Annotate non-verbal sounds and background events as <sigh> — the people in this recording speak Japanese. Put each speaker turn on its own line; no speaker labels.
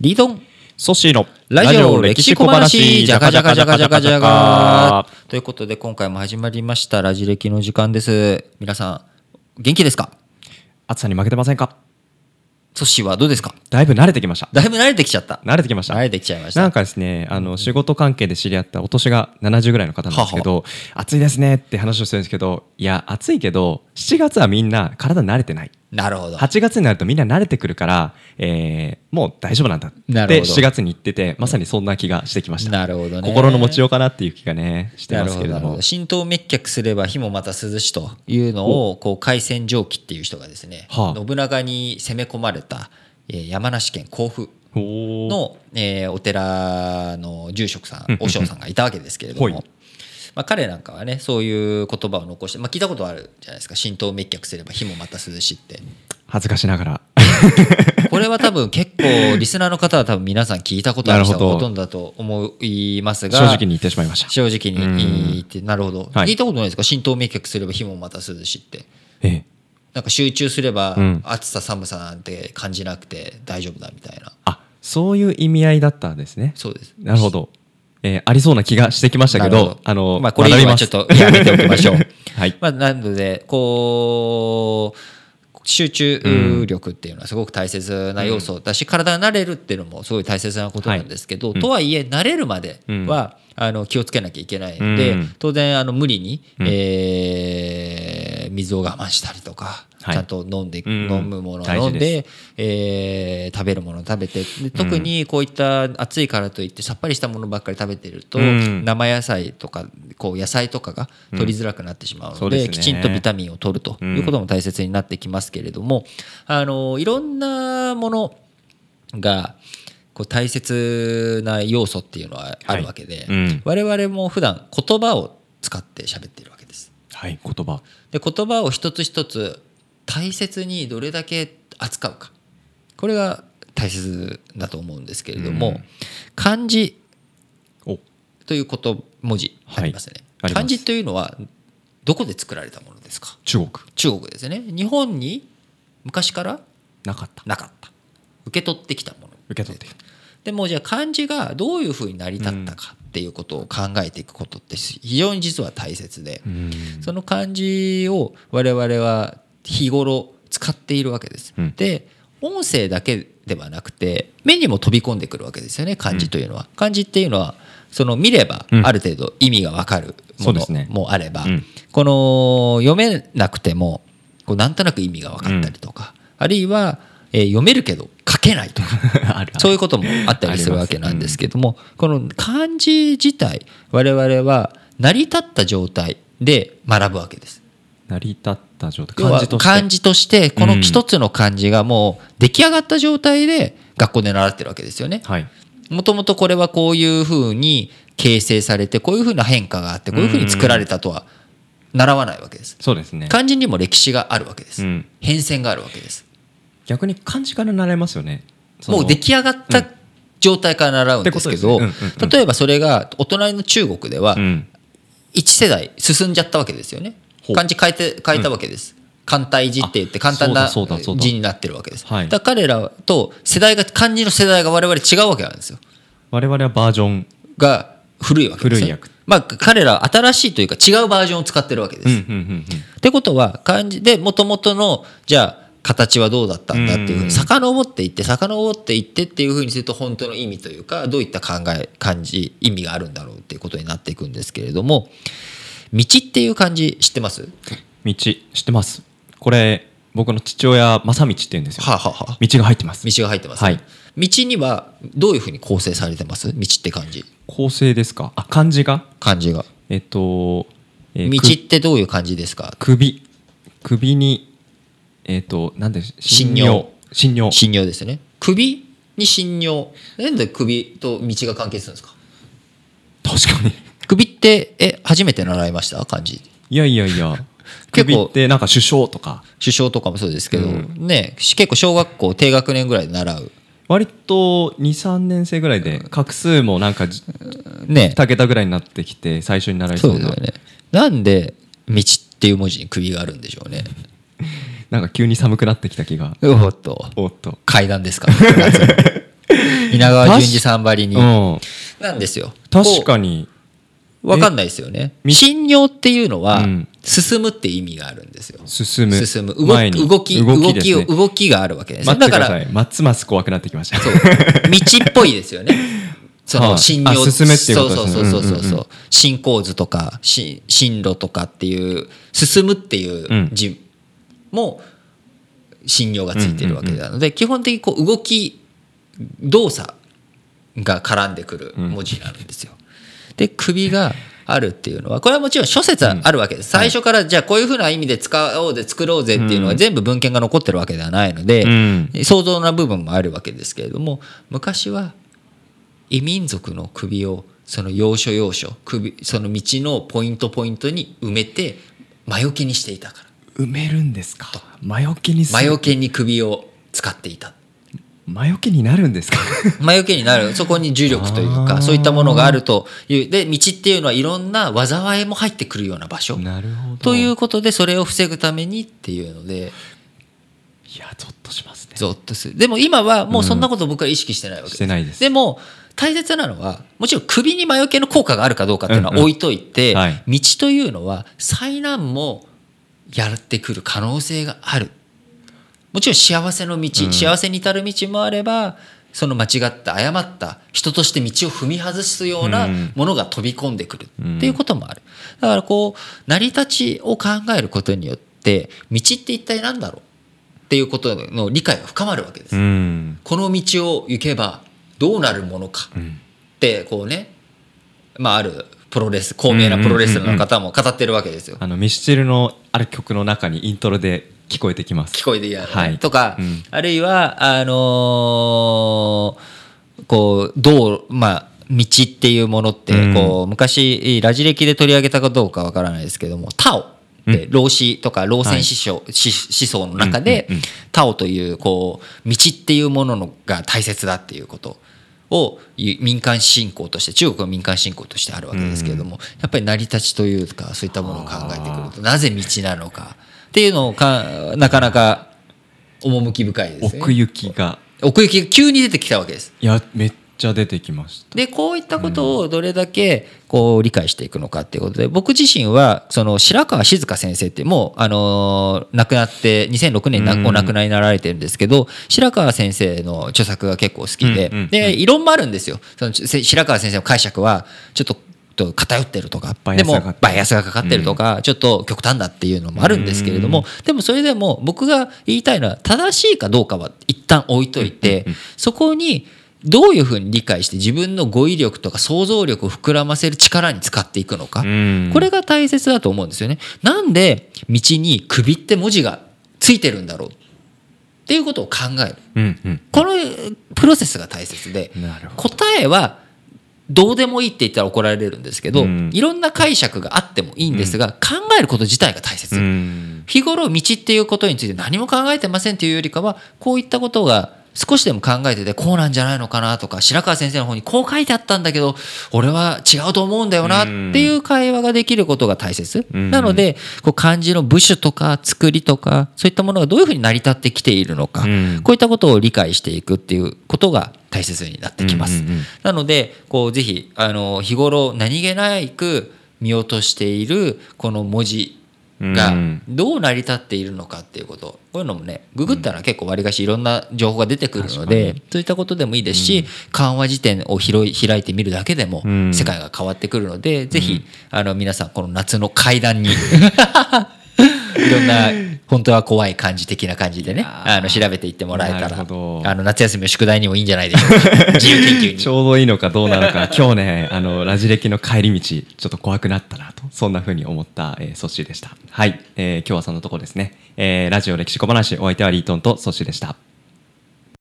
リードン
ソシの
ラジオ歴史小話じゃかじゃかじゃかじゃかじゃがということで今回も始まりましたラジ歴の時間です皆さん元気ですか
暑さに負けてませんか
ソッシーはどうですか
だいぶ慣れてきました
だいぶ慣れてきちゃった
慣れてきました
慣れてきちゃいまし
な
た
んかですねあの仕事関係で知り合ったお年が70ぐらいの方なんですけど暑いですねって話をしてるんですけどいや暑いけど7月はみんな体慣れてない
なるほど
8月になるとみんな慣れてくるから、えーもう大丈夫なんだって
なるほど
7月に言っててまさにそんな気がしてきました
なるほどね
心の持ちようかなっていう気がねしてますけれ
なるほど
ど
なるほ
も
ど浸透滅却すれば火もまた涼しというのをこう海戦蒸気っていう人がですね、
はあ
信長に攻め込まれた、えー山梨県甲府
おー
の、えーお寺の住職さん和尚さんがいたわけですけれど
はい
も。まあ、彼なんかはねそういう言葉を残して、まあ、聞いたことあるじゃないですか浸透滅却すれば火もまた涼しいって
恥ずかしながら
これは多分結構リスナーの方は多分皆さん聞いたことある人が
なるほど
ほとんどだと思いますが
正直に言ってしまいました
正直に言ってなるほど、
はい
聞いたことないですか浸透明却すれば火もまた涼しいって
ええ
なんか集中すれば
うん
暑さ寒さなんて感じなくて大丈夫だみたいな
あそういう意味合いだったんですね
そうです
なるほど、えーありそうな気がしてきましたけ
な
ど
るほ
あの、
まあ、これ以上
学び
は
ま
ちょ
す
っとやめておきま
<laughs>
しょう
はい
まあ、なのでこう集中力っていうのはすごく大切な要素だし、体が慣れるっていうのもすごい大切なことなんですけど、とはいえ慣れるまでは、あの気をつけなきゃいけないので、
うん
当然あの無理に、えー水を我慢したりとか。
はい
ちゃんと飲んで、
うん
飲むものを
大事
飲んでえー食べるものを食べてで特にこういった暑いからといってさっぱりしたものばっかり食べてると、
うん
生野菜とかこう野菜とかが取りづらくなってしまう
そ
の
う
で,、
ですね
きちんとビタミンを取るということも大切になってきますけれども、あのいろんなものがこう大切な要素っていうのはあるわけで、
うん
我々も普段言葉を使って喋っているわけです。
はい言葉
で言葉を一つ一つ大切にどれだけ扱うかこれが大切だと思うんですけれども、
うん
漢字
お
ということ文字ありますね、
はいあります
漢字というのはどこで作られたものですか
中国
中国ですね日本に昔から
なかった
なかった受け取ってきたもの
受け取って
でもじゃあ漢字がどういうふうに成り立ったかっていうことを考えていくことって非常に実は大切で、
うん
その漢字を我々は日頃使っているわけです。
うん
で音声だけではなくて目にも飛び込んでくるわけですよね漢字というのは。漢字っていうのはその見れば
うん
ある程度意味がわかる
そ
も
うです
の
ね
もあれば、
うん
この読めなくてもこうなんとなく意味が分かったりとか、あるいは、えー読めるけど書けないとか
<laughs> ある
そういうこともあったりするわけなんですけども、この漢字自体我々は成り立った状態で学ぶわけです。
成り立った状態
要は
漢字とし
漢字として
て
この
うん
一つの漢字がもう出来上がった状態で学校で習ってるわけですよね。
はい
もともとこれはこういうふうに形成されてこういうふうな変化があってこういうふうに作られたとは習わないわけです。
そうですね
漢字にも歴史があるわけです。
うん
変遷があるわけです。
逆に漢字から習えますよねその
もう出来上がった状態から習うんですけど、
ってことですねうんうんうん
例えばそれがお隣の中国では
うん
1世代進んじゃったわけですよね
ほ。う
漢字変えて変えたわけです。簡体字って言って簡単な
あそうだそうだそうだ
字になってるわけです。
はい
だから彼らと世代が漢字の世代が我々違うわけなんですよ。
我々はバージョン
が古いわけです、ね。
古い訳
まあ彼らは新しいというか違うバージョンを使ってるわけです。
うんうんうん
ってことは漢字でもともとのじゃあ形はどうだったんだっていうふう
うん
に遡っていって遡っていってっていうふうにすると本当の意味というかどういった考え漢字意味があるんだろうっていうことになっていくんですけれども道っていう漢字知ってます
うん道知ってますこれ僕の父親正道って言うんですよ
はあ、はあはあ
道が入ってます
道が入ってます、
はい
道にはどういうふうに構成されてます道って漢字
構成ですかあ漢字が
漢字が
えっと、えー
道
く
ってどういう漢字ですか
首首にえっとなんで
信尿
信尿
信尿ですよね首に信尿なんで首と道が関係するんですか
確かに
首ってえ初めて習いました漢字
いやいや
<laughs>
いや
結構
首ってなんか首相とか
首相とかもそうですけど、
うん
ねし結構小学校低学年ぐらいで習う
割と23年生ぐらいで画数もなんかじ
ね
2桁ぐらいになってきて最初に習い
そう
そう
ですよ
な
ねなんで「道」っていう文字に首があるんでしょうね
なんか急に寒くなってきた気が
おっと
おっと
階段ですか夏田 <laughs> 稲川淳二さんばりに
うん、
なんですよ
確
こ
かに
うわかんないですよね
み
信尿っていうのは
うん
進むって意味があるんですよ
進む
進む動
前
き
に
動き動
です
きを
ね
動きがあるわけですよ
待っ
だ
て
か
くだ
ら
さいますます怖くなってきました
そう道っぽいですよね。そ
は
の
い
信用、
あ進めっていうことです
そ
ね
うそうそうそうそう
うんうんう
進行図とかし進路とかっていう進むっていう字も信用がついてるわけなので、基本的にこう動き動作が絡んでくる文字なんですよ。で首があるっていうのはこれはもちろん諸説はあるわけです、最初からじゃあこういうふうな意味で使おうぜ作ろうぜっていうのは全部文献が残ってるわけではないので、
うん
想像な部分もあるわけですけれども昔は異民族の首をその要所要所首その道のポイントポイントに埋めて魔除けにしていたから
埋めるんですか魔除けにす
魔
る
除けに首を使っていた
魔除けになるんですか
魔除けになるそこに重力という
あー
かそういったものがあるというで道っていうのはいろんな災いも入ってくるような場所
<laughs> なるほど
といううことでそれを防ぐためにっていうので
いやゾッとしますね
ゾッとするでも今はもうそんなこと僕は意識してないわけ
し
です
てないです
でも大切なのはもちろん首に魔除けの効果があるかどうかっていうのは
うんうん
置いといて、
はい
道というのは災難もやってくる可能性があるもちろん幸せの道、
うん
幸せに至る道もあればその間違った誤った人として道を踏み外すような
うん
ものが飛び込んでくるっていうこともあるだからこう成り立ちを考えることによって道って一体何だろうっていうことの理解が深まるわけです
うん
この道を行けばどうなるものか
うん
ってこうね、まあ、あるプロレス高名なプロレスラーの方も語ってるわけですよ。
あのミスチルのある曲の中にイントロで聞こえてきます
聞こえていない、
はい
とか、
うん
あるいはあのーこう道まあ道っていうものって
うん
こう、昔ラジ歴で取り上げたかどうかわからないですけども「タオ」って老子とか老戦思想,、思想の中で、
うんうんうん
タオというこう道っていうもののが大切だっていうことをゆ民間信仰として中国の民間信仰としてあるわけですけれども、やっぱり成り立ちというかそういったものを考えてくるとなぜ道なのかっていうのをかなかなか趣深いですね
奥行きが
奥行きが急に出てきたわけです。
いやめっちゃ出てきました
でこういったことをどれだけこう理解していくのかっていうことで僕自身はその白川静香先生ってもうあのー亡くなって2006年にな
うん
お亡くなりになられてるんですけど白川先生の著作が結構好きで
うんうんうん
で異論もあるんですよそのせ白川先生の解釈はちょっとと偏ってるとか
バイ
で
アスが
も
かかってる
バイアスがかかってるとかちょっと極端だっていうのもあるんですけれどもでもそれでも僕が言いたいのは正しいかどうかは一旦置いといてそこにどういうふうに理解して自分の語彙力とか想像力を膨らませる力に使っていくのか
うん
これが大切だと思うんですよね。なんで道に「首」って文字がついてるんだろうっていうことを考える
うんうん
このえプロセスが大切で
なるほど
答えはどうでもいいって言ったら怒られるんですけど、
うん
いろんな解釈があってもいいんですが、考えること自体が大切、
うん
日頃道っていうことについて何も考えてませんっていうよりかはこういったことが少しでも考えててこうなんじゃないのかなとか白川先生の方にこう書いてあったんだけど俺は違うと思うんだよなっていう会話ができることが大切、
うん
なのでこう漢字の部首とか作りとかそういったものがどういうふうに成り立ってきているのか、
うん
こういったことを理解していくっていうことが大切になってきます。
うんうんうん
なのでこうぜひあの日頃何気なく見落としているこの文字が
うん
どう成り立っているのかっていうことこういうのもねググったら結構割りかしいろんな情報が出てくるのでそういったことでもいいですし緩和辞典を拾い開いてみるだけでも
うん
世界が変わってくるのでぜひあの皆さんこの夏の階段
<laughs>
にいろんな本当は怖い感じ的な感じでね
やー
あの調べていってもらえた
なる
ら
ほど
あの夏休みの宿題にもいいんじゃないでしょう
<laughs>
か自由研究に
ち。ょうどいいのかどうなのか今日ねあのラジ歴の帰り道ちょっと怖くなったなとそんな風に思った、えー、ソッシーでしたはい、えー今日はそんなとこですね、えーラジオ歴史小話お相手はリートンとソッシーでした